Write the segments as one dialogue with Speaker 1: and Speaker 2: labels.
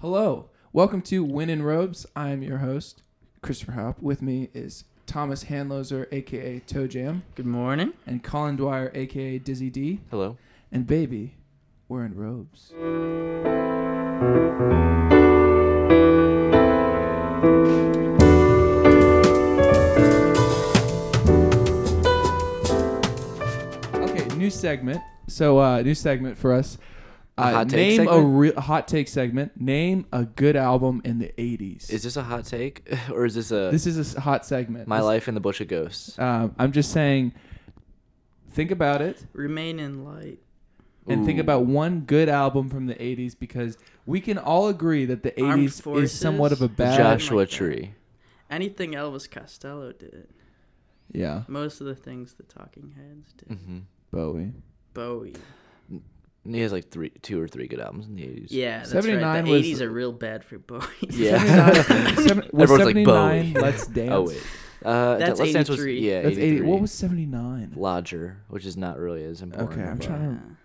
Speaker 1: Hello. Welcome to Win in Robes. I'm your host, Christopher Haup. With me is Thomas Hanloser, aka Toe Jam,
Speaker 2: Good morning.
Speaker 1: and Colin Dwyer, aka Dizzy D.
Speaker 3: Hello.
Speaker 1: And baby, we're in robes. Okay, new segment. So, uh, new segment for us. Uh,
Speaker 3: A hot take
Speaker 1: name a
Speaker 3: segment?
Speaker 1: real hot take segment. Name a good album in the '80s.
Speaker 3: Is this a hot take or is this a
Speaker 1: this is a s- hot segment.
Speaker 3: my
Speaker 1: This-
Speaker 3: life in the bush of ghosts?
Speaker 1: Um, I'm just saying. Think about it.
Speaker 2: Remain in light.
Speaker 1: and think
Speaker 3: Ooh.
Speaker 1: about one good album from the 80s because we can all agree that the
Speaker 2: Armed
Speaker 1: 80s is somewhat of
Speaker 2: Forces.
Speaker 1: a bad
Speaker 3: Joshua
Speaker 2: like that.
Speaker 3: Tree.
Speaker 2: Anything Elvis Costello did.
Speaker 1: yeah
Speaker 2: Most of the things the Talking Heads did.
Speaker 3: hmm
Speaker 1: Bowie
Speaker 2: Bowie.
Speaker 3: He has like three, two or three good albums in the eighties.
Speaker 2: Yeah, that's
Speaker 1: 79
Speaker 2: right. The
Speaker 1: was-
Speaker 2: 80s are real bad for Bowie.
Speaker 3: Yeah.
Speaker 1: 79 seven- was
Speaker 3: Everyone's like,
Speaker 1: 79
Speaker 3: Bowie.
Speaker 1: Let's Dance
Speaker 3: Oh wait. Uh,
Speaker 2: That's
Speaker 3: Let's Dance was
Speaker 2: 83.
Speaker 3: yeah.
Speaker 1: that's 80
Speaker 3: 83.
Speaker 1: what was 79
Speaker 3: Lodger, which is not really as important.
Speaker 1: Okay, I'm
Speaker 3: but-
Speaker 1: trying to-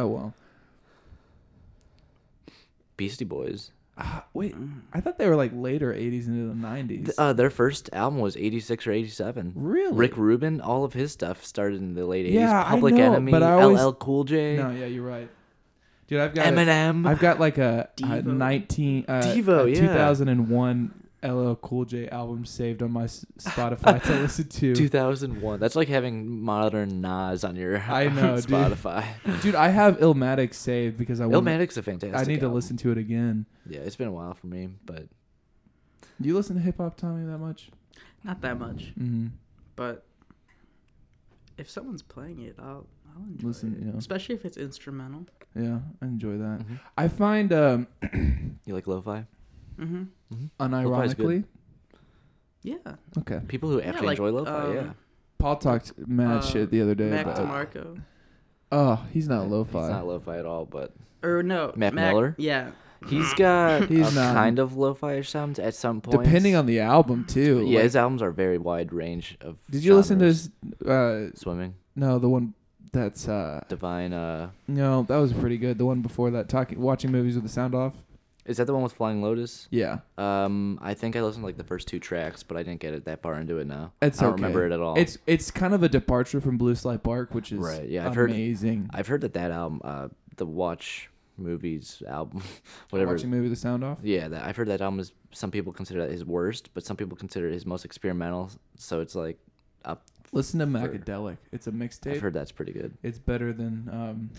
Speaker 1: oh well
Speaker 3: Beastie Boys.
Speaker 1: Ah, wait
Speaker 2: Mm.
Speaker 1: I thought they were like later 80s into the 90s
Speaker 3: Th- Uh, their first album was eighty six or eighty seven.
Speaker 1: Really?
Speaker 3: Rick Rubin, all of his stuff started in the late eighties.
Speaker 1: Yeah, I
Speaker 3: Public
Speaker 1: know,
Speaker 3: Enemy,
Speaker 1: but I always-
Speaker 3: LL Cool J,
Speaker 1: no yeah you're right dude I've got a-
Speaker 3: Eminem.
Speaker 1: I've got like a, a
Speaker 2: Devo.
Speaker 1: 19 uh,
Speaker 3: Devo,
Speaker 1: a
Speaker 3: yeah.
Speaker 1: 2001 LL Cool J album saved on my s- Spotify to listen to
Speaker 3: 2001. That's like having modern Nas on your
Speaker 1: I know, dude.
Speaker 3: Spotify.
Speaker 1: Dude, I have Illmatic saved because I want.
Speaker 3: Illmatic's a fantastic.
Speaker 1: I need to
Speaker 3: album.
Speaker 1: listen to it again.
Speaker 3: Yeah, it's been a while for me, but
Speaker 1: Do you listen to hip hop, Tommy, that much?
Speaker 2: Not that much,
Speaker 1: Mm-hmm.
Speaker 2: but if someone's playing it, I'll, I'll enjoy
Speaker 1: Listen,
Speaker 2: it.
Speaker 1: yeah.
Speaker 2: Especially if it's instrumental.
Speaker 1: Yeah, I enjoy that.
Speaker 3: Mhm.
Speaker 1: I find, um,
Speaker 3: you like lo-fi.
Speaker 2: Mm-hmm.
Speaker 3: Lo-fi's good.
Speaker 1: unironically,
Speaker 2: Yeah.
Speaker 1: okay.
Speaker 3: People who
Speaker 2: Yeah,
Speaker 3: actually
Speaker 2: like,
Speaker 3: enjoy lo-fi,
Speaker 2: um,
Speaker 3: yeah.
Speaker 1: Paul talked mad
Speaker 2: Uh,
Speaker 1: shit the other day.
Speaker 2: Mac
Speaker 1: about,
Speaker 2: DeMarco.
Speaker 1: oh, he's not
Speaker 3: It's
Speaker 1: lo-fi.
Speaker 3: not lo-fi at all, but
Speaker 2: Or no.
Speaker 3: Mac Miller?
Speaker 2: Yeah.
Speaker 3: he's got
Speaker 1: He's
Speaker 3: a
Speaker 1: not-
Speaker 3: kind of lo-fi-ish sounds at some point.
Speaker 1: Depending on the album too.
Speaker 3: yeah,
Speaker 1: like-
Speaker 3: his albums are very wide range of.
Speaker 1: did you listen to?
Speaker 3: genres.
Speaker 1: His, uh,
Speaker 3: Swimming,
Speaker 1: no, the one that's uh,
Speaker 3: Divine. Uh,
Speaker 1: no, that was pretty good. The one before that, talking, watching movies with the sound off.
Speaker 3: is that the one with Flying Lotus?
Speaker 1: Yeah,
Speaker 3: Um, I think I listened to like the first two tracks, but I didn't get it that far into it. Now
Speaker 1: it's
Speaker 3: I don't
Speaker 1: okay.
Speaker 3: remember it at all.
Speaker 1: It's it's kind of a departure from Blue Slide Bark, which is
Speaker 3: Right, yeah, I've heard-
Speaker 1: amazing.
Speaker 3: I've heard that that album, uh, the Watch movies album, whatever.
Speaker 1: Watching movie with the sound off.
Speaker 3: Yeah, that, I've heard that album is some people consider that his worst, but some people consider it his most experimental. So it's like, up.
Speaker 1: Listen to
Speaker 3: For-
Speaker 1: Macadelic. It's a
Speaker 3: I've
Speaker 1: mixtape.
Speaker 3: heard that's pretty good.
Speaker 1: It's better than. Um,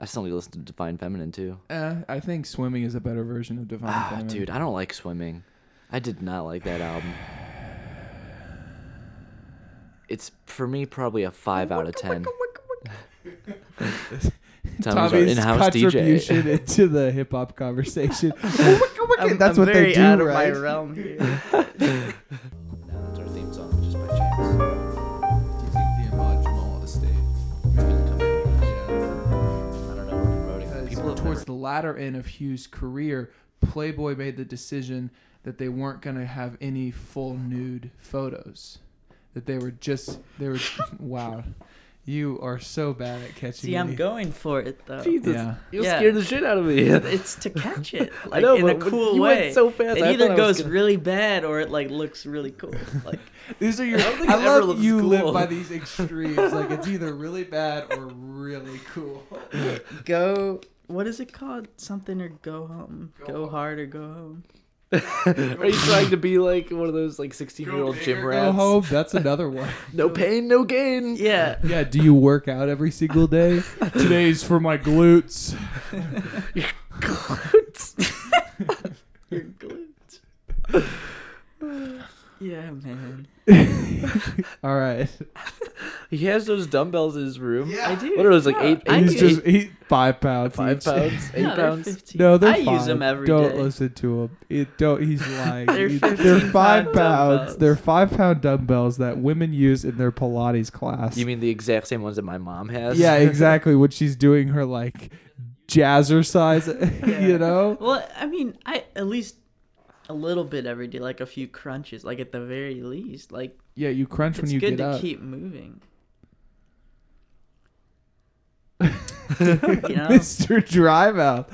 Speaker 3: I still need to listen to Divine Feminine too.
Speaker 1: eh, I think swimming is a better version of Divine
Speaker 3: Ah,
Speaker 1: Feminine.
Speaker 3: dude, I don't like swimming. I did not like that album. It's for me probably a five out of ten. Tommy's our
Speaker 1: Tommy's
Speaker 3: in-house DJ.
Speaker 1: contribution into the hip hop conversation.
Speaker 2: I'm,
Speaker 1: that's
Speaker 2: I'm
Speaker 1: what
Speaker 2: very
Speaker 1: they do,
Speaker 2: out of
Speaker 1: right?
Speaker 2: my realm here.
Speaker 3: Now it's our theme song, just by chance. It's gonna come in here. I don't know. We're promoting. it. People have
Speaker 1: towards
Speaker 3: never,
Speaker 1: the latter end of Hughes' career, Playboy made the decision that they weren't going to have any full nude photos. That they were just they were wow. You are so bad at catching
Speaker 2: See, I'm
Speaker 1: me.
Speaker 2: going for it though.
Speaker 3: Jesus,
Speaker 1: Yeah.
Speaker 3: you
Speaker 2: Yeah.
Speaker 3: scared the shit out of me.
Speaker 2: It's to catch it, like
Speaker 3: know,
Speaker 2: in a
Speaker 3: but when-
Speaker 2: cool
Speaker 3: you went
Speaker 2: way.
Speaker 3: so fast,
Speaker 2: It
Speaker 3: I
Speaker 2: either
Speaker 3: thought I was
Speaker 2: goes
Speaker 3: gonna-
Speaker 2: really bad or it like looks really cool. Like
Speaker 1: These are your.
Speaker 3: don't think
Speaker 1: I,
Speaker 3: it ever
Speaker 1: love
Speaker 3: looks
Speaker 1: you live
Speaker 3: cool.
Speaker 1: by these extremes. like it's either really bad or really cool.
Speaker 2: go, what is it called? Something or go home. Go,
Speaker 1: home.
Speaker 2: hard or go home.
Speaker 3: Are you trying to be like one of those like sixteen year old gym
Speaker 1: Go
Speaker 3: rats?
Speaker 1: home. Oh, That's another one.
Speaker 3: No pain, no gain.
Speaker 2: Yeah.
Speaker 1: Yeah. Do you work out every single day? Today's for my glutes.
Speaker 2: Your glutes. yeah, man.
Speaker 1: All right.
Speaker 3: He has those dumbbells in his room.
Speaker 2: I do.
Speaker 3: What are those like
Speaker 2: Yeah,
Speaker 3: eight,
Speaker 2: I
Speaker 3: eight,
Speaker 1: He's
Speaker 2: do.
Speaker 3: eight,
Speaker 1: just he, five pounds.
Speaker 3: five
Speaker 1: each.
Speaker 3: pounds, eight
Speaker 2: Yeah, they're
Speaker 3: pounds?
Speaker 2: 15.
Speaker 1: No, they're
Speaker 2: I use
Speaker 1: five.
Speaker 2: them every
Speaker 1: Don't
Speaker 2: day.
Speaker 1: listen to him. It, don't. He's lying.
Speaker 2: They're
Speaker 1: He-
Speaker 2: 15
Speaker 1: five
Speaker 2: pound dumbbells.
Speaker 1: They're five pound dumbbells that women use in their Pilates class.
Speaker 3: You mean the exact same ones that my mom has?
Speaker 1: Yeah, exactly. When she's doing her like jazzercise, you know.
Speaker 2: Well, I mean, I at least a little bit every day, like a few crunches, like at the very least. Like
Speaker 1: Yeah, you crunch when
Speaker 2: it's
Speaker 1: you
Speaker 2: good
Speaker 1: get
Speaker 2: to
Speaker 1: up.
Speaker 2: keep moving. you know?
Speaker 1: Mr. Drymouth.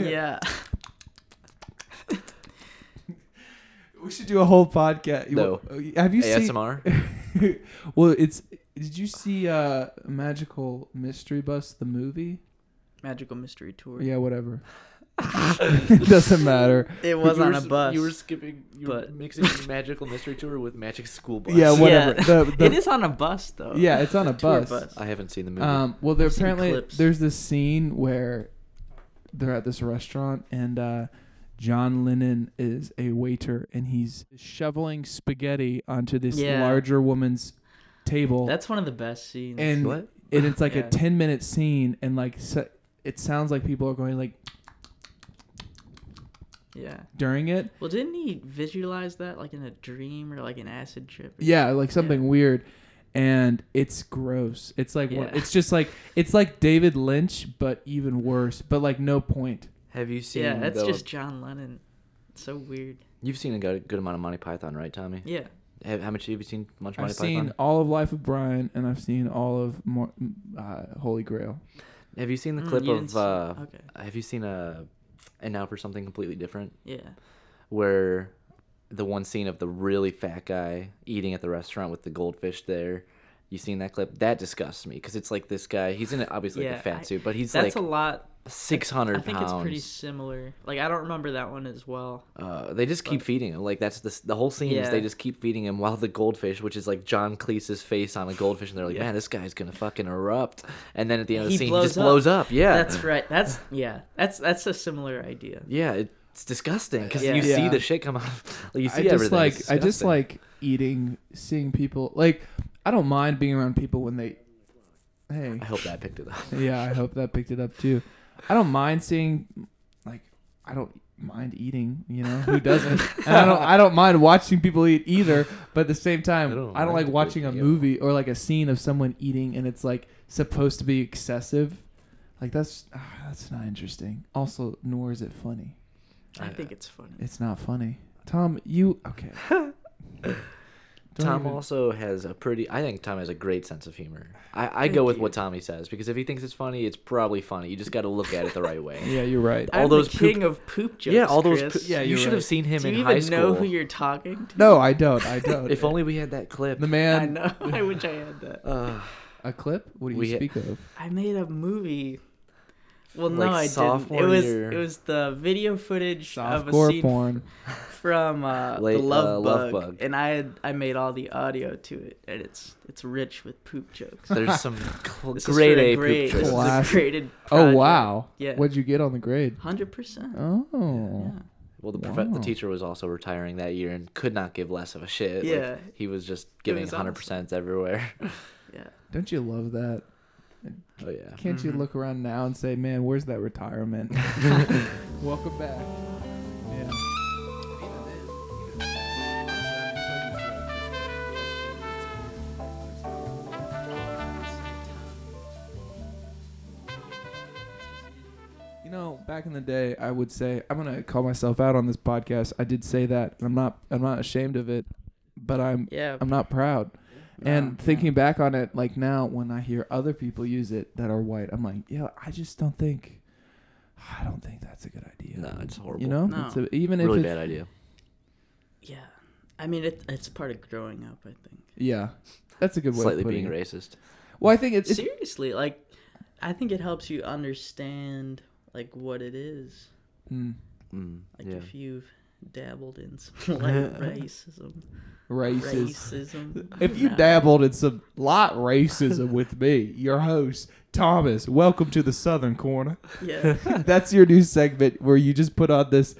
Speaker 2: Yeah.
Speaker 1: We should do a whole podcast.
Speaker 3: No.
Speaker 1: Have you
Speaker 3: ASMR.
Speaker 1: seen? well, it's. Did you see uh, Magical Mystery Bus the movie?
Speaker 2: Magical Mystery Tour.
Speaker 1: Yeah, whatever. Doesn't matter.
Speaker 2: It was
Speaker 3: You
Speaker 2: on
Speaker 3: were
Speaker 2: a
Speaker 3: s-
Speaker 2: bus.
Speaker 3: You were skipping. You
Speaker 2: but-
Speaker 3: were mixing Magical Mystery Tour with Magic School Bus.
Speaker 1: Yeah, what- whatever.
Speaker 2: Yeah.
Speaker 1: The- the-
Speaker 2: it is on a bus though.
Speaker 1: Yeah, it's on a
Speaker 2: tour
Speaker 1: bus.
Speaker 3: I haven't seen the movie.
Speaker 1: Um, well, there
Speaker 2: I've seen
Speaker 1: apparently
Speaker 2: clips.
Speaker 1: there's this scene where they're at this restaurant and uh, John Lennon is a waiter and he's shoveling spaghetti onto this
Speaker 2: Yeah.
Speaker 1: larger woman's table.
Speaker 2: That's one of the best scenes.
Speaker 1: and
Speaker 3: What?
Speaker 1: and it's like
Speaker 2: Yeah.
Speaker 1: a 10 minute scene and like so, it sounds like people are going like
Speaker 2: yeah.
Speaker 1: during it.
Speaker 2: Well, didn't he visualize that like in a dream or like an acid trip? or
Speaker 1: Yeah, like something weird. And it's gross. It's like one,
Speaker 2: Yeah.
Speaker 1: it's just like it's like David Lynch, but even worse. But like no point.
Speaker 3: Have you
Speaker 2: something?
Speaker 3: seen?
Speaker 2: Yeah, that's
Speaker 3: the-
Speaker 2: just John Lennon. It's so weird.
Speaker 3: You've seen a good, good amount of Monty Python, right, Tommy?
Speaker 2: Yeah.
Speaker 3: Have, how much have you seen? Much Monty
Speaker 1: I've seen
Speaker 3: Python.
Speaker 1: all of Life of Brian, and I've seen all of Mor- uh, Holy Grail.
Speaker 3: Have you seen the
Speaker 2: Mm,
Speaker 3: clip
Speaker 2: you didn't
Speaker 3: of?
Speaker 2: see-
Speaker 3: Uh,
Speaker 2: okay.
Speaker 3: Have you seen a? And now for something completely different,
Speaker 2: Yeah.
Speaker 3: where the one scene of the really fat guy eating at the restaurant with the goldfish there. You seen that clip? That disgusts me because it's like this guy. He's in a, obviously like
Speaker 2: Yeah,
Speaker 3: a fat
Speaker 2: I-
Speaker 3: suit, but he's
Speaker 2: That's
Speaker 3: like
Speaker 2: a lot.
Speaker 3: six
Speaker 2: I
Speaker 3: hundred
Speaker 2: think
Speaker 3: pounds.
Speaker 2: it's pretty similar. Like I don't remember that one as well.
Speaker 3: Uh, they just keep
Speaker 2: But-
Speaker 3: feeding him. Like that's the s- the whole scene is
Speaker 2: Yeah.
Speaker 3: they just keep feeding him while the goldfish, which is like John Cleese's face on a goldfish, and they're like,
Speaker 2: Yeah.
Speaker 3: man, this guy's gonna fucking erupt. And then at the end of the
Speaker 2: He
Speaker 3: scene,
Speaker 2: blows
Speaker 3: he just
Speaker 2: up.
Speaker 3: blows up. Yeah,
Speaker 2: That's right. That's yeah. That's that's a similar idea.
Speaker 3: yeah. It's disgusting because
Speaker 2: Yeah.
Speaker 3: you see
Speaker 1: Yeah.
Speaker 3: the shit come out. Of, like, you see
Speaker 1: I just
Speaker 3: everything.
Speaker 1: like
Speaker 3: It's
Speaker 1: I just
Speaker 3: disgusting.
Speaker 1: like eating, seeing people. Like I don't mind being around people when they. Hey,
Speaker 3: I hope that picked it up.
Speaker 1: yeah, I hope that picked it up too. I don't mind seeing, like, I don't mind eating. You know, who doesn't? and I don't. I don't mind watching people eat either. But at the same time,
Speaker 3: I
Speaker 1: I
Speaker 3: don't
Speaker 1: don't,
Speaker 3: mind
Speaker 1: like
Speaker 3: people
Speaker 1: watching a
Speaker 3: eating at
Speaker 1: movie or like a scene of someone eating and it's like supposed to be excessive. Like that's ah, that's not interesting. Also, nor is it funny.
Speaker 2: I
Speaker 3: Uh,
Speaker 2: think it's funny.
Speaker 1: It's not funny. Tom, you okay? Don't
Speaker 3: Tom
Speaker 1: even-
Speaker 3: also has a pretty. I think Tom has a great sense of humor. I, I go
Speaker 2: Thank
Speaker 3: with what
Speaker 2: you.
Speaker 3: Tommy says because if he thinks it's funny, it's probably funny. You just got to look at it the right way.
Speaker 1: Yeah, you're right.
Speaker 3: all
Speaker 2: I'm
Speaker 3: those
Speaker 2: the
Speaker 3: poop-
Speaker 2: king of poop jokes.
Speaker 3: yeah, all those.
Speaker 2: Chris.
Speaker 3: p- yeah, you
Speaker 1: you're
Speaker 3: should
Speaker 1: right.
Speaker 3: have seen him
Speaker 2: Do
Speaker 3: in
Speaker 2: you
Speaker 3: high
Speaker 2: even
Speaker 3: school.
Speaker 2: know who you're talking to?
Speaker 1: No, I don't. I don't.
Speaker 3: if only we had that clip.
Speaker 1: the
Speaker 2: I
Speaker 1: man
Speaker 2: know. I wish I had that.
Speaker 3: Uh,
Speaker 1: a clip. What do you
Speaker 3: We-
Speaker 1: speak of?
Speaker 2: I made a movie. Well,
Speaker 3: Like
Speaker 2: no, I didn't.
Speaker 3: sophomore
Speaker 2: It was
Speaker 3: year.
Speaker 2: it was the video footage of a
Speaker 1: Softcore
Speaker 2: scene
Speaker 1: porn. Oh,
Speaker 2: from uh,
Speaker 3: Late,
Speaker 2: the Love,
Speaker 3: uh, Love
Speaker 2: Bug,
Speaker 3: Bug.
Speaker 2: and I had, I made all the audio to it, and it's it's rich with poop jokes.
Speaker 3: there's some cl-
Speaker 2: This is
Speaker 3: grade
Speaker 2: for
Speaker 3: A
Speaker 2: grade.
Speaker 3: poop choices.
Speaker 2: This is a
Speaker 1: Classic.
Speaker 2: graded
Speaker 1: Oh
Speaker 2: project.
Speaker 1: wow!
Speaker 2: Yeah.
Speaker 1: What'd you get on the grade?
Speaker 2: hundred percent.
Speaker 1: Oh,
Speaker 3: Well, the, prof- the
Speaker 1: Wow.
Speaker 3: teacher was also retiring that year and could not give less of a shit. Like,
Speaker 2: Yeah.
Speaker 3: he was just giving
Speaker 2: was
Speaker 3: hundred percent everywhere.
Speaker 2: Yeah,
Speaker 1: don't you love that?
Speaker 3: oh yeah.
Speaker 1: Can't you look around now and say, "Man, where's that retirement?" Welcome back. Yeah. You know, back in the day, I would say I'm gonna call myself out on this podcast. I did say that, and I'm not. I'm not ashamed of it, but I'm.
Speaker 2: yeah.
Speaker 1: I'm not proud. Um, And
Speaker 3: Oh,
Speaker 2: No,
Speaker 1: thinking back on it, like now when I hear other people use it that are white, I'm like, yeah, I just don't think, I don't think that's a good idea.
Speaker 3: No, it's horrible.
Speaker 1: you know,
Speaker 2: No.
Speaker 1: it's a, even if
Speaker 3: really
Speaker 1: it's,
Speaker 3: bad idea.
Speaker 2: yeah. I mean, it, it's part of growing up. I think.
Speaker 1: yeah, that's a good way.
Speaker 3: Slightly
Speaker 1: of putting
Speaker 3: being
Speaker 1: it.
Speaker 3: racist.
Speaker 1: Well, I think it's, it's
Speaker 2: Seriously, like, I think it helps you understand like what it is.
Speaker 1: mm,
Speaker 3: Mm,
Speaker 2: Like
Speaker 3: yeah.
Speaker 2: if you've dabbled in some light racism,
Speaker 1: racist.
Speaker 2: racism.
Speaker 1: If you
Speaker 2: No.
Speaker 1: dabbled in some light racism with me, your host Thomas, welcome to the Southern Corner.
Speaker 2: yeah,
Speaker 1: That's your new segment where you just put on this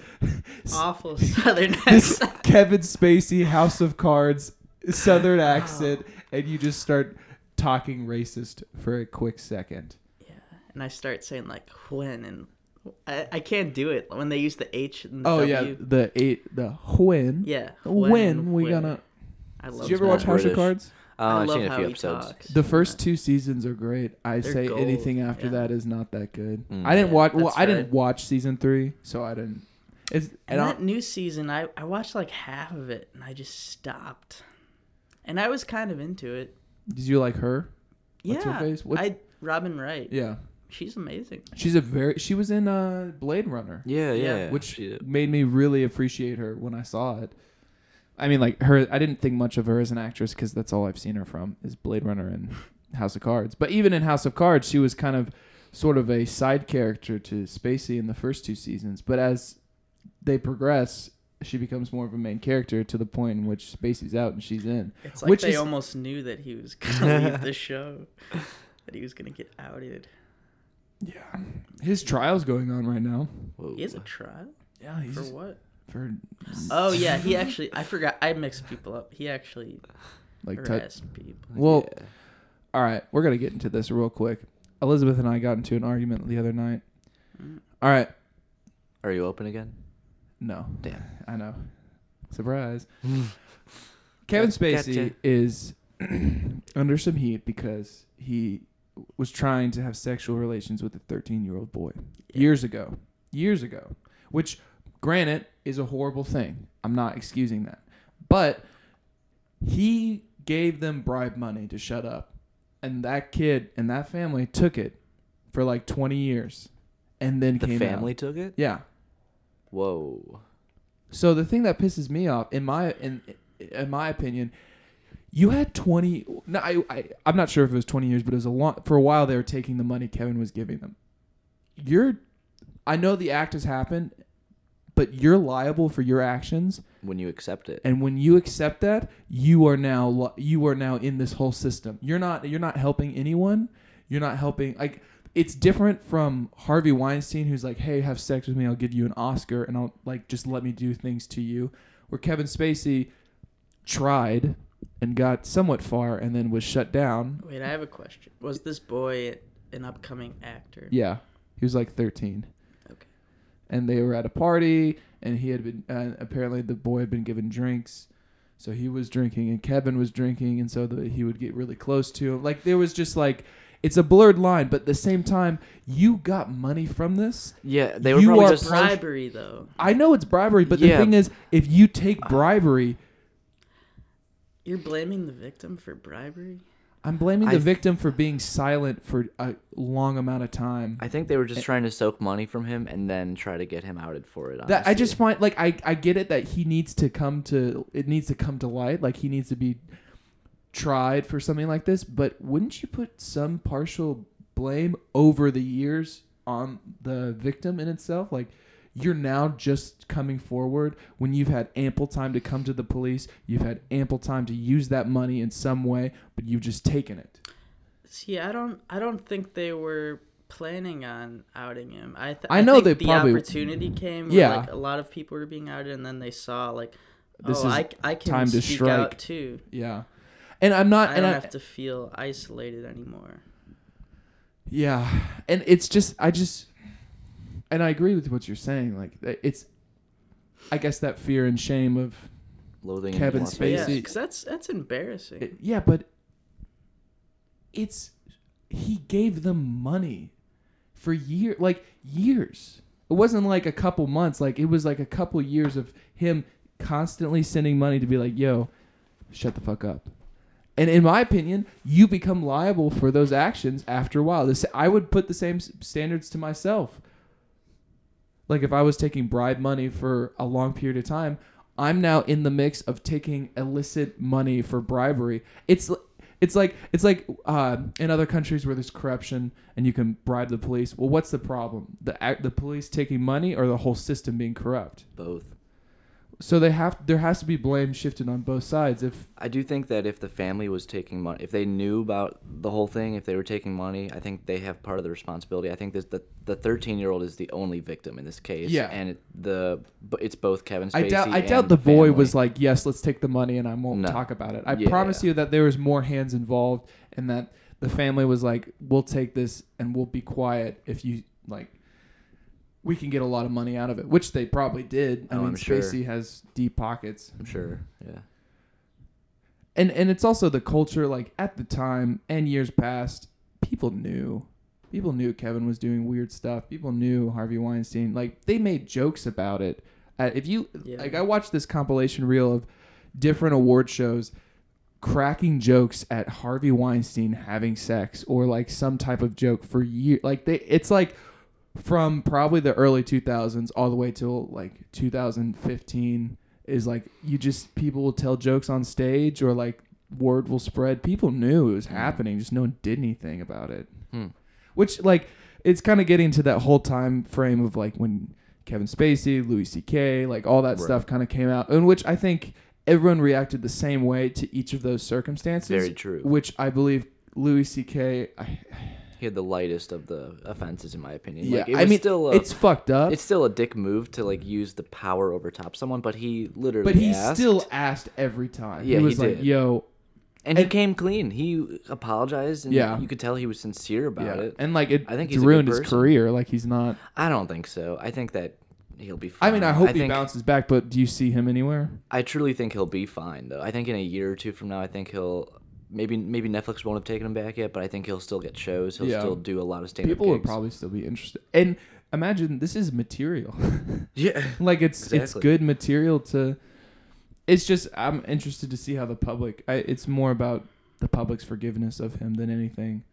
Speaker 2: awful southern
Speaker 1: this
Speaker 2: accent.
Speaker 1: Kevin Spacey House of Cards Southern accent, and you just start talking racist for a quick second.
Speaker 2: and I start saying like when and I, I can't do it when they use the H and the
Speaker 1: oh yeah,
Speaker 2: W.
Speaker 1: the eight, the when,
Speaker 2: yeah,
Speaker 1: when, we
Speaker 2: when.
Speaker 1: gonna?
Speaker 2: I love
Speaker 1: Did you ever
Speaker 2: that.
Speaker 1: watch House
Speaker 3: British.
Speaker 1: of Cards?
Speaker 3: Uh,
Speaker 2: I
Speaker 3: I've
Speaker 2: love
Speaker 3: seen a
Speaker 2: how
Speaker 3: few
Speaker 2: he
Speaker 3: episodes.
Speaker 2: talks.
Speaker 1: The first two seasons are great. I
Speaker 2: They're
Speaker 1: say
Speaker 2: gold,
Speaker 1: anything after
Speaker 2: yeah.
Speaker 1: that is not that good.
Speaker 3: Mm.
Speaker 1: I didn't
Speaker 2: Yeah,
Speaker 1: watch. Well,
Speaker 2: that's
Speaker 1: I didn't
Speaker 2: right.
Speaker 1: watch season three, so I didn't. It's,
Speaker 2: And
Speaker 1: and I,
Speaker 2: that new season, I, I watched like half of it and I just stopped. And I was kind of into it.
Speaker 1: did you like her?
Speaker 2: Yeah,
Speaker 1: What's her face? What's-
Speaker 2: I Robin Wright.
Speaker 1: Yeah,
Speaker 2: She's amazing.
Speaker 1: she's a very. She was in uh, Blade Runner.
Speaker 3: Yeah, yeah.
Speaker 2: Yeah.
Speaker 3: yeah.
Speaker 1: which
Speaker 3: She-
Speaker 1: made me really appreciate her when I saw it. I mean, like her. I didn't think much of her as an actress because that's all I've seen her from is Blade Runner and House of Cards. But even in House of Cards, she was kind of sort of a side character to Spacey in the first two seasons. But as they progress, she becomes more of a main character to the point in which Spacey's out and she's in.
Speaker 2: It's like
Speaker 1: Which
Speaker 2: they
Speaker 1: is-
Speaker 2: almost knew that he was gonna leave the show, that he was gonna get outed.
Speaker 1: Yeah, his trial's going on right now.
Speaker 3: Whoa.
Speaker 2: He has a trial
Speaker 1: Yeah, he's
Speaker 2: for what?
Speaker 1: for
Speaker 2: Oh yeah, he actually. I forgot. I mixed people up. He actually
Speaker 1: like tou-
Speaker 2: harassed people.
Speaker 1: well.
Speaker 3: Yeah.
Speaker 1: All right, we're gonna get into this real quick. Elizabeth and I got into an argument the other night.
Speaker 2: Mm.
Speaker 1: All right,
Speaker 3: Are you open again?
Speaker 1: no,
Speaker 3: Damn.
Speaker 1: I know. Surprise. Kevin
Speaker 3: Gotcha.
Speaker 1: Spacey is under some heat because he was trying to have sexual relations with a 13 year old boy
Speaker 2: Yeah.
Speaker 1: years ago. Years ago. Which, granted, is a horrible thing. I'm not excusing that. But he gave them bribe money to shut up. And that kid and that family took it for like 20 years and then
Speaker 3: The
Speaker 1: came out.
Speaker 3: family took it.
Speaker 1: Yeah.
Speaker 3: Whoa.
Speaker 1: So the thing that pisses me off, in my in in my opinion, you had twenty. No, I, I I'm not sure if it was twenty years, but it was a long. For a while, they were taking the money Kevin was giving them. You're, I know the act has happened, but you're liable for your actions.
Speaker 3: When you accept it.
Speaker 1: And when you accept that, you are now li- you are now in this whole system. You're not you're not helping anyone. You're not helping like it's different from Harvey Weinstein who's like, "Hey, have sex with me. I'll give you an Oscar and I'll like just let me do things to you." Where Kevin Spacey tried and got somewhat far and then was shut down.
Speaker 2: Wait, I have a question. Was this boy an upcoming actor?
Speaker 1: Yeah. He was like 13.
Speaker 2: Okay.
Speaker 1: and they were at a party and he had been uh, apparently the boy had been given drinks so he was drinking and kevin was drinking and so the, he would get really close to him like there was just like it's a blurred line but at the same time you got money from this
Speaker 3: Yeah, they were
Speaker 1: You
Speaker 3: probably
Speaker 1: are
Speaker 3: just.
Speaker 2: Bribery though.
Speaker 1: i know it's bribery but
Speaker 3: Yeah.
Speaker 1: the thing is if you take bribery
Speaker 2: You're blaming the victim for bribery.
Speaker 1: i'm blaming
Speaker 3: I-
Speaker 1: the victim for being silent for a long amount of time
Speaker 3: I think they were just trying to soak money from him and then try to get him outed for it.
Speaker 1: that I
Speaker 3: honestly.
Speaker 1: just find like I I get it that he needs to come to it needs to come to light like he needs to be tried for something like this but wouldn't you put some partial blame over the years on the victim in itself like you're now just coming forward when you've had ample time to come to the police you've had ample time to use that money in some way but you've just taken it
Speaker 2: See, I don't. I don't think they were planning on outing him. I. Th-
Speaker 1: I know
Speaker 2: think
Speaker 1: they
Speaker 2: the
Speaker 1: probably-
Speaker 2: opportunity came.
Speaker 1: Yeah.
Speaker 2: Where, like a lot of people were being outed, and then they saw like,
Speaker 1: This
Speaker 2: oh,
Speaker 1: is
Speaker 2: I, c- I can
Speaker 1: time to
Speaker 2: speak
Speaker 1: strike.
Speaker 2: out too.
Speaker 1: yeah and I'm not
Speaker 2: I
Speaker 1: and
Speaker 2: don't
Speaker 1: I,
Speaker 2: have to feel isolated anymore.
Speaker 1: Yeah, and it's just I just, and I agree with what you're saying. Like it's, I guess that fear and shame of
Speaker 3: loathing in
Speaker 1: Kevin
Speaker 3: Las
Speaker 2: Yeah,
Speaker 1: Spacey.
Speaker 2: 'cause
Speaker 1: Basically-
Speaker 2: because that's that's embarrassing.
Speaker 1: it- yeah, but it's he gave them money for year like years. It wasn't like a couple months. Like it was like a couple years of him constantly sending money to be like, "Yo, shut the fuck up." And in my opinion, you become liable for those actions after a while. This I would put the same s- standards to myself. Like if I was taking bribe money for a long period of time, I'm now in the mix of taking illicit money for bribery. It's l- it's like it's like uh, in other countries where there's corruption and you can bribe the police. Well, what's the problem? The ac- the police taking money or the whole system being corrupt?
Speaker 3: Both.
Speaker 1: So they have there has to be blame shifted on both sides. If
Speaker 3: I do think that if the family was taking money, if they knew about the whole thing, if they were taking money, I think they have part of the responsibility. I think this, the the thirteen year old is the only victim in this case.
Speaker 1: Yeah.
Speaker 3: and it, the but it's both Kevin Spacey.
Speaker 1: I doubt I
Speaker 3: and
Speaker 1: doubt the boy
Speaker 3: family.
Speaker 1: was like, "Yes, let's take the money and I won't
Speaker 3: No.
Speaker 1: talk about it." I
Speaker 3: Yeah.
Speaker 1: promise you that there was more hands involved and that the family was like, "We'll take this and we'll be quiet if you like we can get a lot of money out of it," which they probably did. I
Speaker 3: Oh,
Speaker 1: mean,
Speaker 3: I'm sure.
Speaker 1: Spacey has deep pockets.
Speaker 3: I'm sure. Yeah.
Speaker 1: And and it's also the culture like at the time and years past, people knew. People knew Kevin was doing weird stuff. People knew Harvey Weinstein. Like they made jokes about it. Uh, if you
Speaker 2: Yeah.
Speaker 1: like I watched this compilation reel of different award shows cracking jokes at Harvey Weinstein having sex or like some type of joke for years. Like they it's like from probably the early 2000s all the way till like 2015 is like you just people will tell jokes on stage or like word will spread. People knew it was happening, just no one did anything about it.
Speaker 3: Hmm.
Speaker 1: Which like it's kind of getting to that whole time frame of like when Kevin Spacey, Louis C.K., like all that
Speaker 3: Right.
Speaker 1: stuff kind of came out, in which I think everyone reacted the same way to each of those circumstances.
Speaker 3: Very true.
Speaker 1: Which I believe Louis C.K. I,
Speaker 3: He had the lightest of the offenses, in my opinion.
Speaker 1: yeah,
Speaker 3: like, it
Speaker 1: I
Speaker 3: was
Speaker 1: mean,
Speaker 3: still a,
Speaker 1: it's fucked up.
Speaker 3: it's still a dick move to like use the power over top someone, but he literally.
Speaker 1: but he
Speaker 3: asked,
Speaker 1: still asked every time.
Speaker 3: Yeah,
Speaker 1: he
Speaker 3: he
Speaker 1: was like,
Speaker 3: did.
Speaker 1: "Yo,
Speaker 3: and he came clean. He apologized, and
Speaker 1: Yeah.
Speaker 3: you could tell he was sincere about
Speaker 1: yeah,"
Speaker 3: it.
Speaker 1: and like it,
Speaker 3: I think
Speaker 1: it's
Speaker 3: he's a good
Speaker 1: ruined his
Speaker 3: person.
Speaker 1: career. Like he's not.
Speaker 3: I don't think so. I think that he'll be.
Speaker 1: I
Speaker 3: fine.
Speaker 1: mean, I hope he
Speaker 3: Um, think,
Speaker 1: bounces back, but do you see him anywhere?
Speaker 3: I truly think he'll be fine, though. I think in a year or two from now, I think he'll. Maybe maybe Netflix won't have taken him back yet, but I think he'll still get shows. He'll
Speaker 1: Yeah.
Speaker 3: still do a lot of stand-up.
Speaker 1: People
Speaker 3: gigs.
Speaker 1: would probably still be interested. And imagine this is material.
Speaker 3: yeah.
Speaker 1: like it's it's
Speaker 3: Exactly.
Speaker 1: good material to it's just i'm interested to see how the public I, it's more about the public's forgiveness of him than anything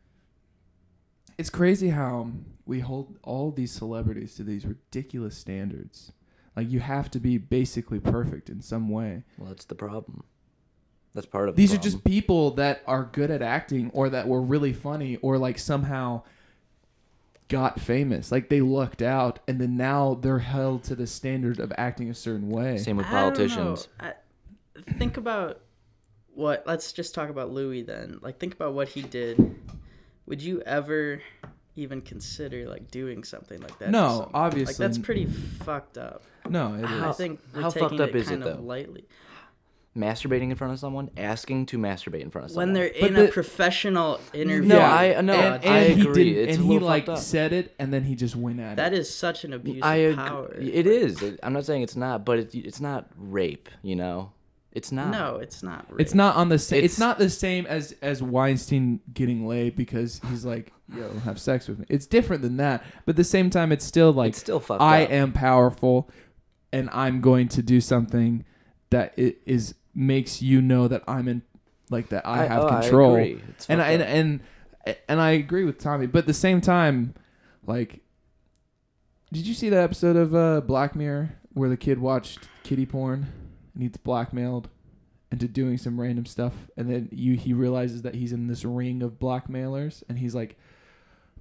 Speaker 1: it's crazy how we hold all these celebrities to these ridiculous standards like you have to be basically perfect in some way
Speaker 3: Well, that's the problem. That's part of
Speaker 1: these
Speaker 3: the
Speaker 1: are just
Speaker 3: problem.
Speaker 1: people that are good at acting or that were really funny or like somehow got famous like they lucked out and then now they're held to the standard of acting a certain way
Speaker 3: same with
Speaker 2: I don't know.
Speaker 3: politicians.
Speaker 2: I- think about what. Let's just talk about Louis then. Like, think about what he did. Would you ever even consider like doing something like that? to
Speaker 1: No,
Speaker 2: someone?
Speaker 1: obviously
Speaker 2: Like that's
Speaker 1: n-
Speaker 2: pretty fucked up.
Speaker 1: no it
Speaker 2: I
Speaker 1: is.
Speaker 2: think we're
Speaker 3: how
Speaker 2: taking
Speaker 3: fucked up
Speaker 2: it
Speaker 3: is it,
Speaker 2: kind of
Speaker 3: though?
Speaker 2: lightly.
Speaker 3: Masturbating in front of someone, asking to masturbate in front of someone.
Speaker 2: When they're
Speaker 1: But
Speaker 2: in a
Speaker 1: the-
Speaker 2: professional interview.
Speaker 3: No, I- no,
Speaker 1: and,
Speaker 3: I
Speaker 1: and he
Speaker 3: agree.
Speaker 1: didn't-
Speaker 3: It's
Speaker 1: and
Speaker 3: a
Speaker 1: he
Speaker 3: little
Speaker 1: like
Speaker 3: fucked up.
Speaker 1: said it, and then he just went at
Speaker 2: That
Speaker 1: it.
Speaker 2: is such an abuse
Speaker 3: I
Speaker 2: of
Speaker 3: ag-
Speaker 2: power.
Speaker 3: It is. It- I'm not saying it's not, but it, it's not rape. You know, it's not.
Speaker 2: No, it's not. Rape.
Speaker 1: It's not on the same. It's,
Speaker 3: It's-
Speaker 1: not the same as as Weinstein getting laid because he's like, "Yo, have sex with me." It's different than that, but at the same time, it's still like
Speaker 3: It's still fucked
Speaker 1: I
Speaker 3: up.
Speaker 1: am powerful, and I'm going to do something that it is makes you know that I'm in, like that I,
Speaker 3: I-
Speaker 1: have
Speaker 3: oh, I
Speaker 1: control.
Speaker 3: agree. It's
Speaker 1: and I
Speaker 3: fucked
Speaker 1: and,
Speaker 3: up.
Speaker 1: and and I agree with Tommy, but at the same time, like, did you see that episode of uh, Black Mirror where the kid watched kitty porn and he's blackmailed? into doing some random stuff and then you he realizes that he's in this ring of blackmailers and he's like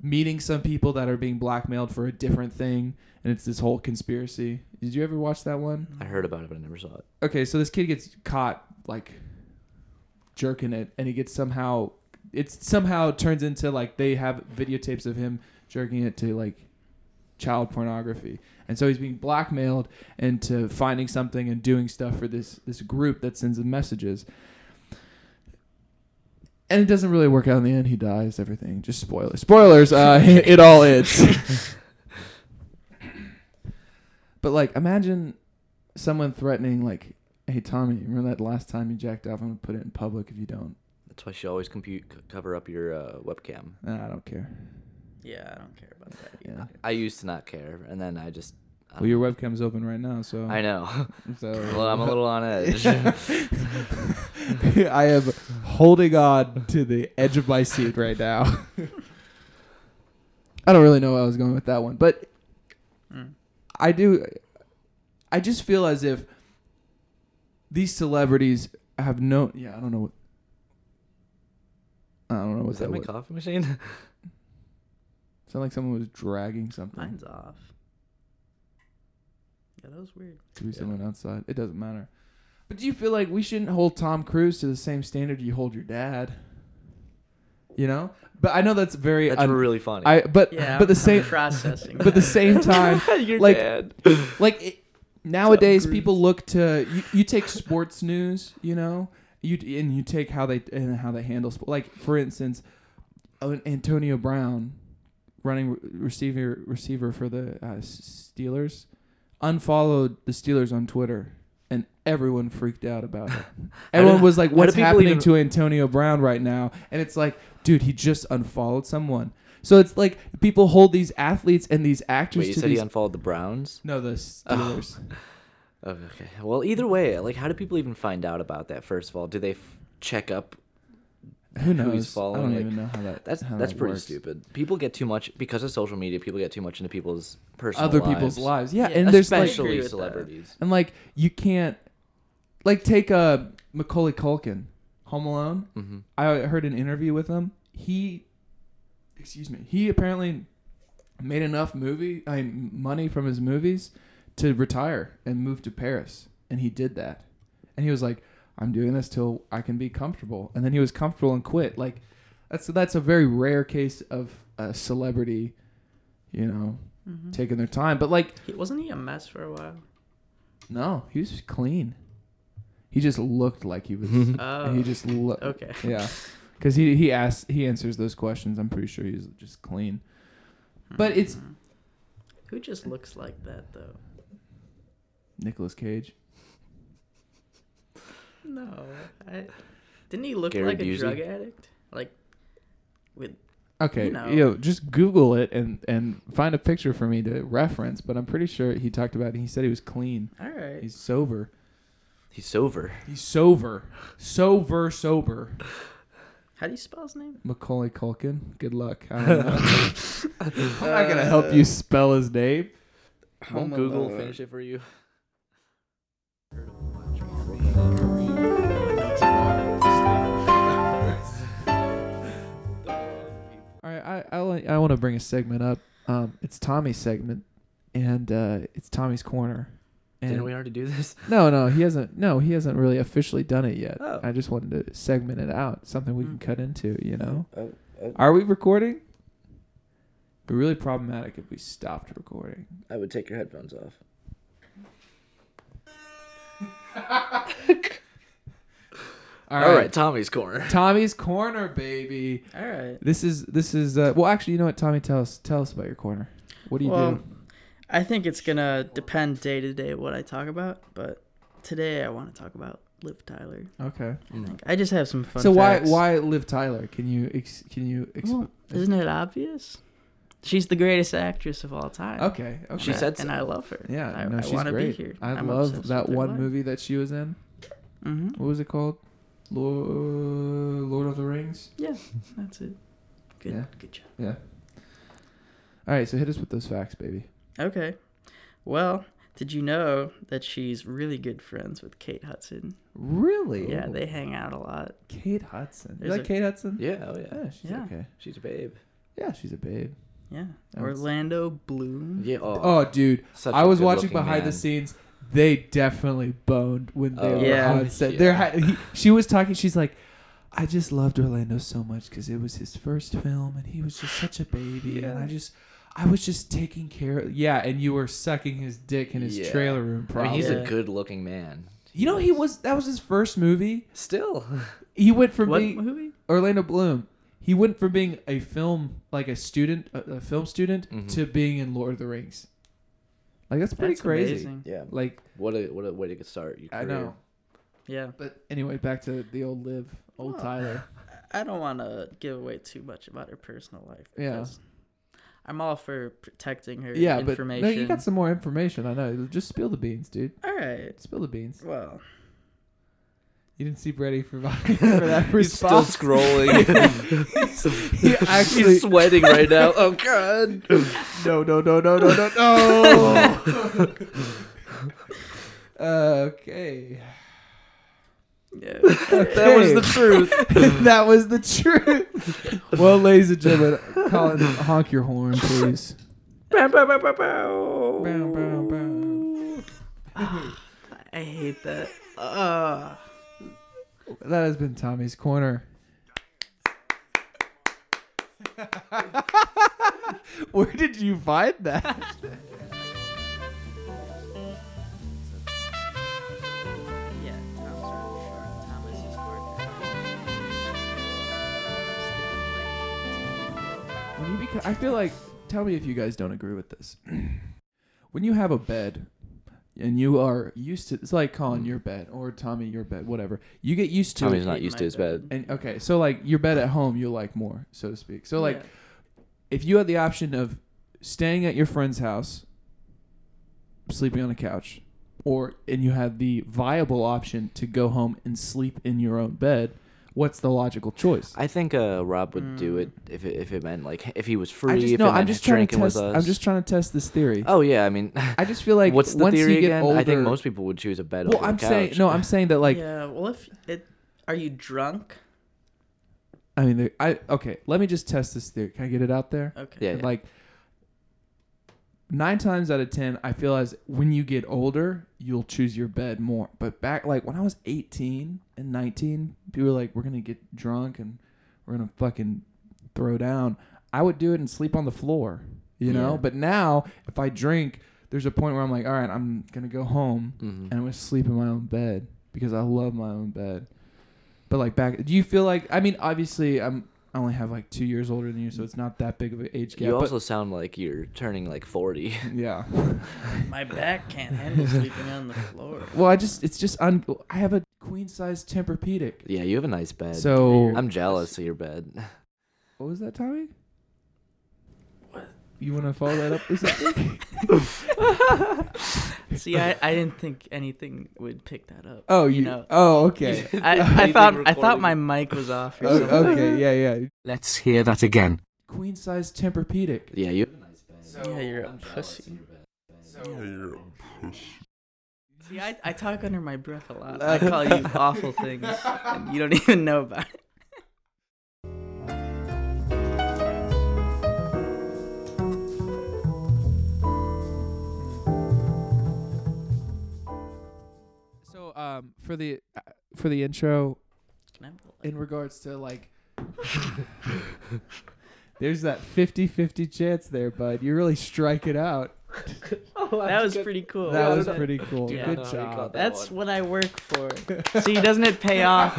Speaker 1: meeting some people that are being blackmailed for a different thing and it's this whole conspiracy. Did you ever watch that one?
Speaker 3: I heard about it, but I never saw it.
Speaker 1: Okay, so this kid gets caught like jerking it and he gets somehow it's somehow turns into like they have videotapes of him jerking it to like child pornography. And so he's being blackmailed into finding something and doing stuff for this this group that sends him messages. And it doesn't really work out in the end. He dies. Everything. Just spoilers. Spoilers. Uh, it all is. but like, imagine someone threatening, like, "Hey Tommy, remember that last time you jacked off? I'm gonna put it in public if you don't."
Speaker 3: That's why she always compute c- cover up your uh, webcam.
Speaker 1: Nah, I don't care.
Speaker 2: Yeah, I don't care about that.
Speaker 1: Yeah.
Speaker 3: I used to not care, and then I just. I
Speaker 1: Well, your webcam's open right now, so
Speaker 3: Um, I know.
Speaker 1: So
Speaker 3: well, I'm a little on edge.
Speaker 1: I am holding on to the edge of my seat right now. I don't really know where I was going with that one, but
Speaker 2: Mm.
Speaker 1: I do. I just feel as if these celebrities have no. Yeah, I don't know. What, I don't know what
Speaker 3: was that
Speaker 1: that
Speaker 3: my
Speaker 1: was.
Speaker 3: coffee machine?
Speaker 1: Sound like someone was dragging something.
Speaker 2: Mine's off. Yeah, that was weird.
Speaker 1: Could be
Speaker 3: Yeah.
Speaker 1: someone outside. It doesn't matter. But do you feel like we shouldn't hold Tom Cruise to the same standard you hold your dad? You know? But I know that's very
Speaker 3: That's
Speaker 1: un-
Speaker 3: really funny.
Speaker 1: I but
Speaker 2: Yeah,
Speaker 1: but the
Speaker 2: I'm
Speaker 1: same
Speaker 2: processing.
Speaker 1: but the
Speaker 2: that.
Speaker 1: same time
Speaker 3: your
Speaker 1: like-
Speaker 3: dad.
Speaker 1: like it, nowadays
Speaker 2: Cruise.
Speaker 1: people look to you, you take sports news, you know? You and you take how they and how they handle sport. Like for instance, An- Antonio Brown running re- receiver receiver for the uh, S- Steelers unfollowed the Steelers on Twitter, and everyone freaked out about it. everyone
Speaker 3: do-
Speaker 1: was like,
Speaker 3: how
Speaker 1: "What's
Speaker 3: do people
Speaker 1: happening
Speaker 3: even-
Speaker 1: to Antonio Brown right now?" And it's like, dude, he just unfollowed someone. So it's like people hold these athletes and these actors
Speaker 3: Wait, you
Speaker 1: to
Speaker 3: said
Speaker 1: these.
Speaker 3: he unfollowed the Browns?
Speaker 1: no, the Steelers.
Speaker 3: Oh, okay. Well, either way, like, how do people even find out about that? First of all, do they f- check up?
Speaker 1: Who
Speaker 3: who's
Speaker 1: knows? I
Speaker 3: following,
Speaker 1: don't
Speaker 3: like,
Speaker 1: even know how that.
Speaker 3: That's
Speaker 1: how
Speaker 3: that's
Speaker 1: that
Speaker 3: pretty
Speaker 1: works.
Speaker 3: stupid. People get too much because of social media. People get too much into people's personal
Speaker 1: Other people's lives,
Speaker 3: lives,
Speaker 1: yeah,
Speaker 2: Yeah,
Speaker 1: and there's like
Speaker 2: I agree
Speaker 3: especially
Speaker 2: with that.
Speaker 3: celebrities.
Speaker 1: and like you can't like take uh Macaulay Culkin, Home Alone.
Speaker 3: Mm-hmm.
Speaker 1: I heard an interview with him. He, excuse me, he apparently made enough movie I mean, money from his movies to retire and move to Paris, and he did that. And he was like, "I'm doing this till I can be comfortable," and then he was comfortable and quit. Like, that's that's a very rare case of a celebrity, you know, taking their time. But like,
Speaker 2: Mm-hmm. He, wasn't he a mess for a while?
Speaker 1: no, he was clean. He just looked like he was.
Speaker 2: Oh,
Speaker 1: He just looked.
Speaker 2: okay.
Speaker 1: Yeah, because he he asks he answers those questions. I'm pretty sure he's just clean. But it's
Speaker 2: Mm-hmm. Who just looks like that though?
Speaker 1: Nicolas Cage.
Speaker 2: No, I didn't. He look
Speaker 3: Gary
Speaker 2: like
Speaker 3: Busey?
Speaker 2: a drug addict, like with
Speaker 1: Okay,
Speaker 2: You know.
Speaker 1: yo, just Google it and and find a picture for me to reference. But I'm pretty sure he talked about. He said he was clean.
Speaker 2: all right.
Speaker 1: He's sober.
Speaker 3: He's sober.
Speaker 1: He's sober. Sober. Sober.
Speaker 2: How do you spell his name?
Speaker 1: Macaulay Culkin. Good luck. I don't know. I'm not gonna help you spell his name.
Speaker 3: Won't Google finish it for you?
Speaker 1: All right, I I, like- I want to bring a segment up. Um, it's Tommy's segment, and uh, it's Tommy's corner. And
Speaker 3: Didn't we already do this?
Speaker 1: No, no, he hasn't. No, he hasn't really officially done it yet.
Speaker 3: Oh.
Speaker 1: I just wanted to segment it out, something we can
Speaker 2: Mm.
Speaker 1: cut into. You know,
Speaker 3: Oh, oh.
Speaker 1: are we recording? Be really problematic if we stopped recording.
Speaker 3: I would take your headphones off. All right. Tommy's corner.
Speaker 1: Tommy's corner, baby.
Speaker 2: All right.
Speaker 1: This is this is. Uh, well, actually, you know what, Tommy? Tell us tell us about your corner. What do you
Speaker 2: Well,
Speaker 1: do?
Speaker 2: I think it's gonna depend day to day what I talk about, but today I want to talk about Liv Tyler.
Speaker 1: Okay.
Speaker 2: I think I just have some fun.
Speaker 1: so
Speaker 2: facts.
Speaker 1: why why live Tyler? Can you ex- can you exp-
Speaker 2: Well, isn't it obvious? She's the greatest actress of all time.
Speaker 1: Okay. Okay.
Speaker 3: She
Speaker 2: And-
Speaker 3: said so.
Speaker 2: and I love her.
Speaker 1: yeah.
Speaker 2: I,
Speaker 1: no,
Speaker 2: I
Speaker 1: she's
Speaker 2: wanna
Speaker 1: great.
Speaker 2: be here.
Speaker 1: I love that one movie that she was in.
Speaker 2: hmm
Speaker 1: What was it called? Lord, Lord of the Rings.
Speaker 2: Yeah, that's it. Good,
Speaker 1: Yeah.
Speaker 2: good job.
Speaker 1: Yeah. All right. So hit us with those facts, baby.
Speaker 2: Okay, well, did you know that she's really good friends with Kate Hudson?
Speaker 1: Really? Oh,
Speaker 2: Yeah, they hang out a lot.
Speaker 1: Kate Hudson. You
Speaker 2: There's
Speaker 1: like
Speaker 2: a-
Speaker 1: Kate Hudson?
Speaker 3: Yeah, oh yeah.
Speaker 1: Yeah, she's
Speaker 2: Yeah.
Speaker 1: okay.
Speaker 3: She's a babe.
Speaker 1: Yeah, she's a babe.
Speaker 2: Yeah,
Speaker 1: That's-
Speaker 2: Orlando Bloom.
Speaker 3: Yeah. Oh,
Speaker 1: Oh, dude,
Speaker 3: such
Speaker 1: I
Speaker 3: a
Speaker 1: was watching
Speaker 3: good-looking
Speaker 1: behind the
Speaker 3: man.
Speaker 1: scenes. They definitely boned when they
Speaker 3: Oh,
Speaker 1: were
Speaker 2: Yeah.
Speaker 1: on set.
Speaker 3: yeah.
Speaker 1: There, ha- he, she was talking. She's like, "I just loved Orlando so much because it was his first film, and he was just such a baby, and I just." I was just taking care of yeah, and you were sucking his dick in his
Speaker 3: Yeah.
Speaker 1: trailer room.
Speaker 3: I
Speaker 1: Probably.
Speaker 3: mean, he's a
Speaker 2: Yeah.
Speaker 3: good-looking man.
Speaker 1: you know, he was that was his first movie.
Speaker 3: Still.
Speaker 1: He went from
Speaker 2: What
Speaker 1: being
Speaker 2: movie?
Speaker 1: Orlando Bloom. He went from being a film like a student, a, a film student,
Speaker 3: Mhm.
Speaker 1: to being in Lord of the Rings. Like that's pretty
Speaker 2: That's
Speaker 1: crazy.
Speaker 2: amazing.
Speaker 3: Yeah.
Speaker 1: Like
Speaker 3: What a what a way to get start. Your
Speaker 1: I
Speaker 3: career.
Speaker 1: know.
Speaker 2: Yeah,
Speaker 1: But anyway, back to the old live, old
Speaker 2: Well,
Speaker 1: Tyler.
Speaker 2: I don't want to give away too much about her personal life.
Speaker 1: Yeah.
Speaker 2: because I'm all for protecting her
Speaker 1: Yeah, but
Speaker 2: information.
Speaker 1: no, you got some more information. I know. Just spill the beans, dude.
Speaker 2: All right.
Speaker 1: Spill the beans.
Speaker 2: Well,
Speaker 1: You didn't see Brady for, for that response.
Speaker 3: scrolling.
Speaker 1: he actually
Speaker 3: He's sweating right now. Oh god.
Speaker 1: no no no no no no no. okay.
Speaker 2: yeah.
Speaker 3: That was the
Speaker 1: Hey.
Speaker 3: truth.
Speaker 1: that was the truth. well, ladies and gentlemen, Colin, honk your horn, please.
Speaker 2: Bow, bow, bow, bow, bow.
Speaker 1: Bow, bow, bow.
Speaker 2: Ah, I hate that. Uh,
Speaker 1: That has been Tommy's Corner. Where did you find that?
Speaker 2: yeah.
Speaker 1: When you beca- I feel like, tell me if you guys don't agree with this. when you have a bed and you are used to, it's like calling your bed or Tommy your bed, whatever. You get used to
Speaker 3: Tommy's
Speaker 1: it.
Speaker 3: not used to his bed.
Speaker 1: And okay, so like your bed at home, you like more, so to speak. So like, if you had the option of staying at your friend's house, sleeping on a couch, or and you had the viable option to go home and sleep in your own bed, what's the logical choice?
Speaker 3: I think uh, Rob would do it if it, if it meant like if he was free.
Speaker 1: Hmm. I just
Speaker 3: if
Speaker 1: no.
Speaker 3: it meant
Speaker 1: I'm just trying to
Speaker 3: drinking
Speaker 1: test.
Speaker 3: with us.
Speaker 1: I'm just trying to test this theory.
Speaker 3: Oh yeah, I mean,
Speaker 1: I just feel like
Speaker 3: what's the
Speaker 1: once
Speaker 3: theory
Speaker 1: you get
Speaker 3: again?
Speaker 1: older,
Speaker 3: I think most people would choose a bed
Speaker 1: Well,
Speaker 3: over
Speaker 1: I'm
Speaker 3: the
Speaker 1: saying
Speaker 3: couch.
Speaker 1: no. I'm saying that like
Speaker 2: yeah. Well, if it, are you drunk?
Speaker 1: I mean the- I okay. Let me just test this theory. Can I get it out there?
Speaker 2: Okay.
Speaker 3: Yeah, yeah.
Speaker 1: Like nine times out of ten, I feel as when you get older, you'll choose your bed more. But back like when I was 18 and 19, people were like, "We're gonna get drunk and we're gonna fucking throw down." I would do it and sleep on the floor, you know.
Speaker 2: Yeah.
Speaker 1: But now, if I drink, there's a point where I'm like, "All right, I'm gonna go home."
Speaker 3: Mhm.
Speaker 1: and I'm gonna sleep in my own bed because I love my own bed. But like back, do you feel like? I mean, obviously, I'm I only have like two years older than you, so it's not that big of an age gap.
Speaker 3: you
Speaker 1: but-
Speaker 3: also sound like you're turning like 40.
Speaker 1: yeah.
Speaker 2: My back can't handle sleeping on the floor.
Speaker 1: Well, I just it's just un- I have a queen size Tempur-Pedic.
Speaker 3: yeah, you have a nice bed.
Speaker 1: So
Speaker 3: I'm jealous of your bed.
Speaker 1: what was that, Tommy? You want to follow that up with something?
Speaker 2: See, I, I didn't think anything would pick that up.
Speaker 1: oh, you.
Speaker 2: know.
Speaker 1: Oh, okay.
Speaker 2: I, I thought I thought my mic was off or
Speaker 1: Oh,
Speaker 2: something.
Speaker 1: okay. Yeah, yeah.
Speaker 4: Let's hear that again.
Speaker 1: Queen size Tempur-Pedic.
Speaker 3: Yeah, you have a nice bed.
Speaker 2: Yeah, you're a
Speaker 3: I'm jealous
Speaker 2: pussy.
Speaker 3: of your bed.
Speaker 2: See, I, I talk under my breath a lot. I call you awful things, and you don't even know about it.
Speaker 1: So, um, for the uh, for the intro,
Speaker 2: Can I have a light?
Speaker 1: in regards to like there's that 50-50 chance there bud you really strike it out
Speaker 2: That was pretty cool.
Speaker 1: Oh, that was pretty cool
Speaker 3: Yeah,
Speaker 1: good
Speaker 3: no, you
Speaker 1: job
Speaker 3: caught
Speaker 2: That's what I work for. See, doesn't it pay off?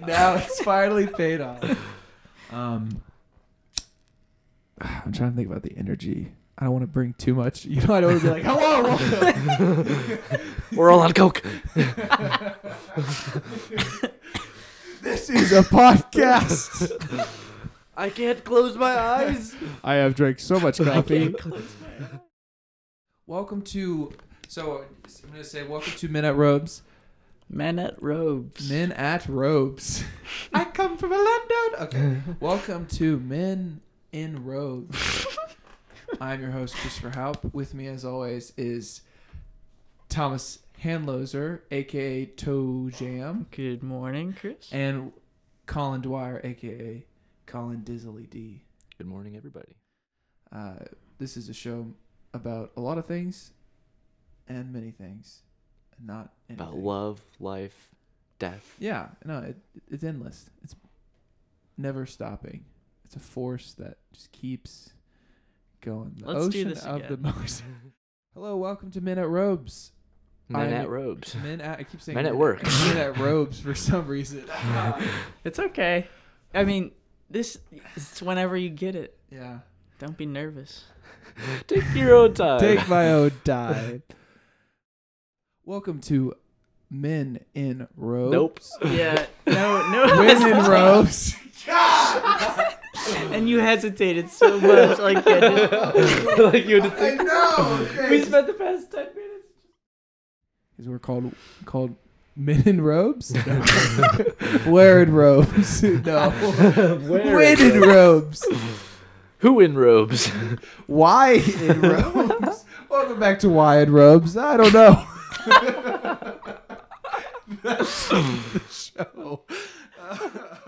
Speaker 1: now it's finally paid off um i'm trying to think about the energy i don't want to bring too much you know i don't want to be like hello welcome."
Speaker 3: We're all on coke.
Speaker 1: this is a podcast
Speaker 3: I can't close my eyes.
Speaker 1: i have drank so much coffee welcome to so i'm gonna say welcome to men at robes
Speaker 2: Men at robes.
Speaker 1: Men at robes. I come from London. Okay. Welcome to Men in Robes. I'm your host, Christopher Haup. With me, as always, is Thomas Hanloser, aka Toe Jam,
Speaker 2: Good morning, Chris.
Speaker 1: and Colin Dwyer, aka Colin Dizzily D.
Speaker 3: Good morning, everybody.
Speaker 1: Uh, this is a show about a lot of things and many things, and not anything.
Speaker 3: About love, life, death.
Speaker 1: Yeah, no, it, it's endless. It's never stopping. It's a force that just keeps going. The
Speaker 2: Let's do
Speaker 1: ocean
Speaker 2: this
Speaker 1: of
Speaker 2: again.
Speaker 1: the most. Hello, welcome to Men at Robes.
Speaker 3: Men
Speaker 1: I'm-
Speaker 3: at robes.
Speaker 1: Men at I keep saying
Speaker 3: Men at work.
Speaker 1: Men at Robes for some reason.
Speaker 2: It's okay. I mean, this it's whenever you get it.
Speaker 1: yeah.
Speaker 2: Don't be nervous.
Speaker 3: Take your own time.
Speaker 1: Take my own time. welcome to Men in Robes.
Speaker 3: Nope.
Speaker 2: Yeah. No, no.
Speaker 1: Women in
Speaker 2: hesitation.
Speaker 1: Robes.
Speaker 2: And you hesitated so much. Like, you had to- like you had to think.
Speaker 1: know.
Speaker 2: We spent the past 10 minutes.
Speaker 1: Because we're called called men in robes. Wearing robes. No. When in robes.
Speaker 3: Who in robes?
Speaker 1: Why in robes? Welcome back to Why in Robes. I don't know. That's the show. Um,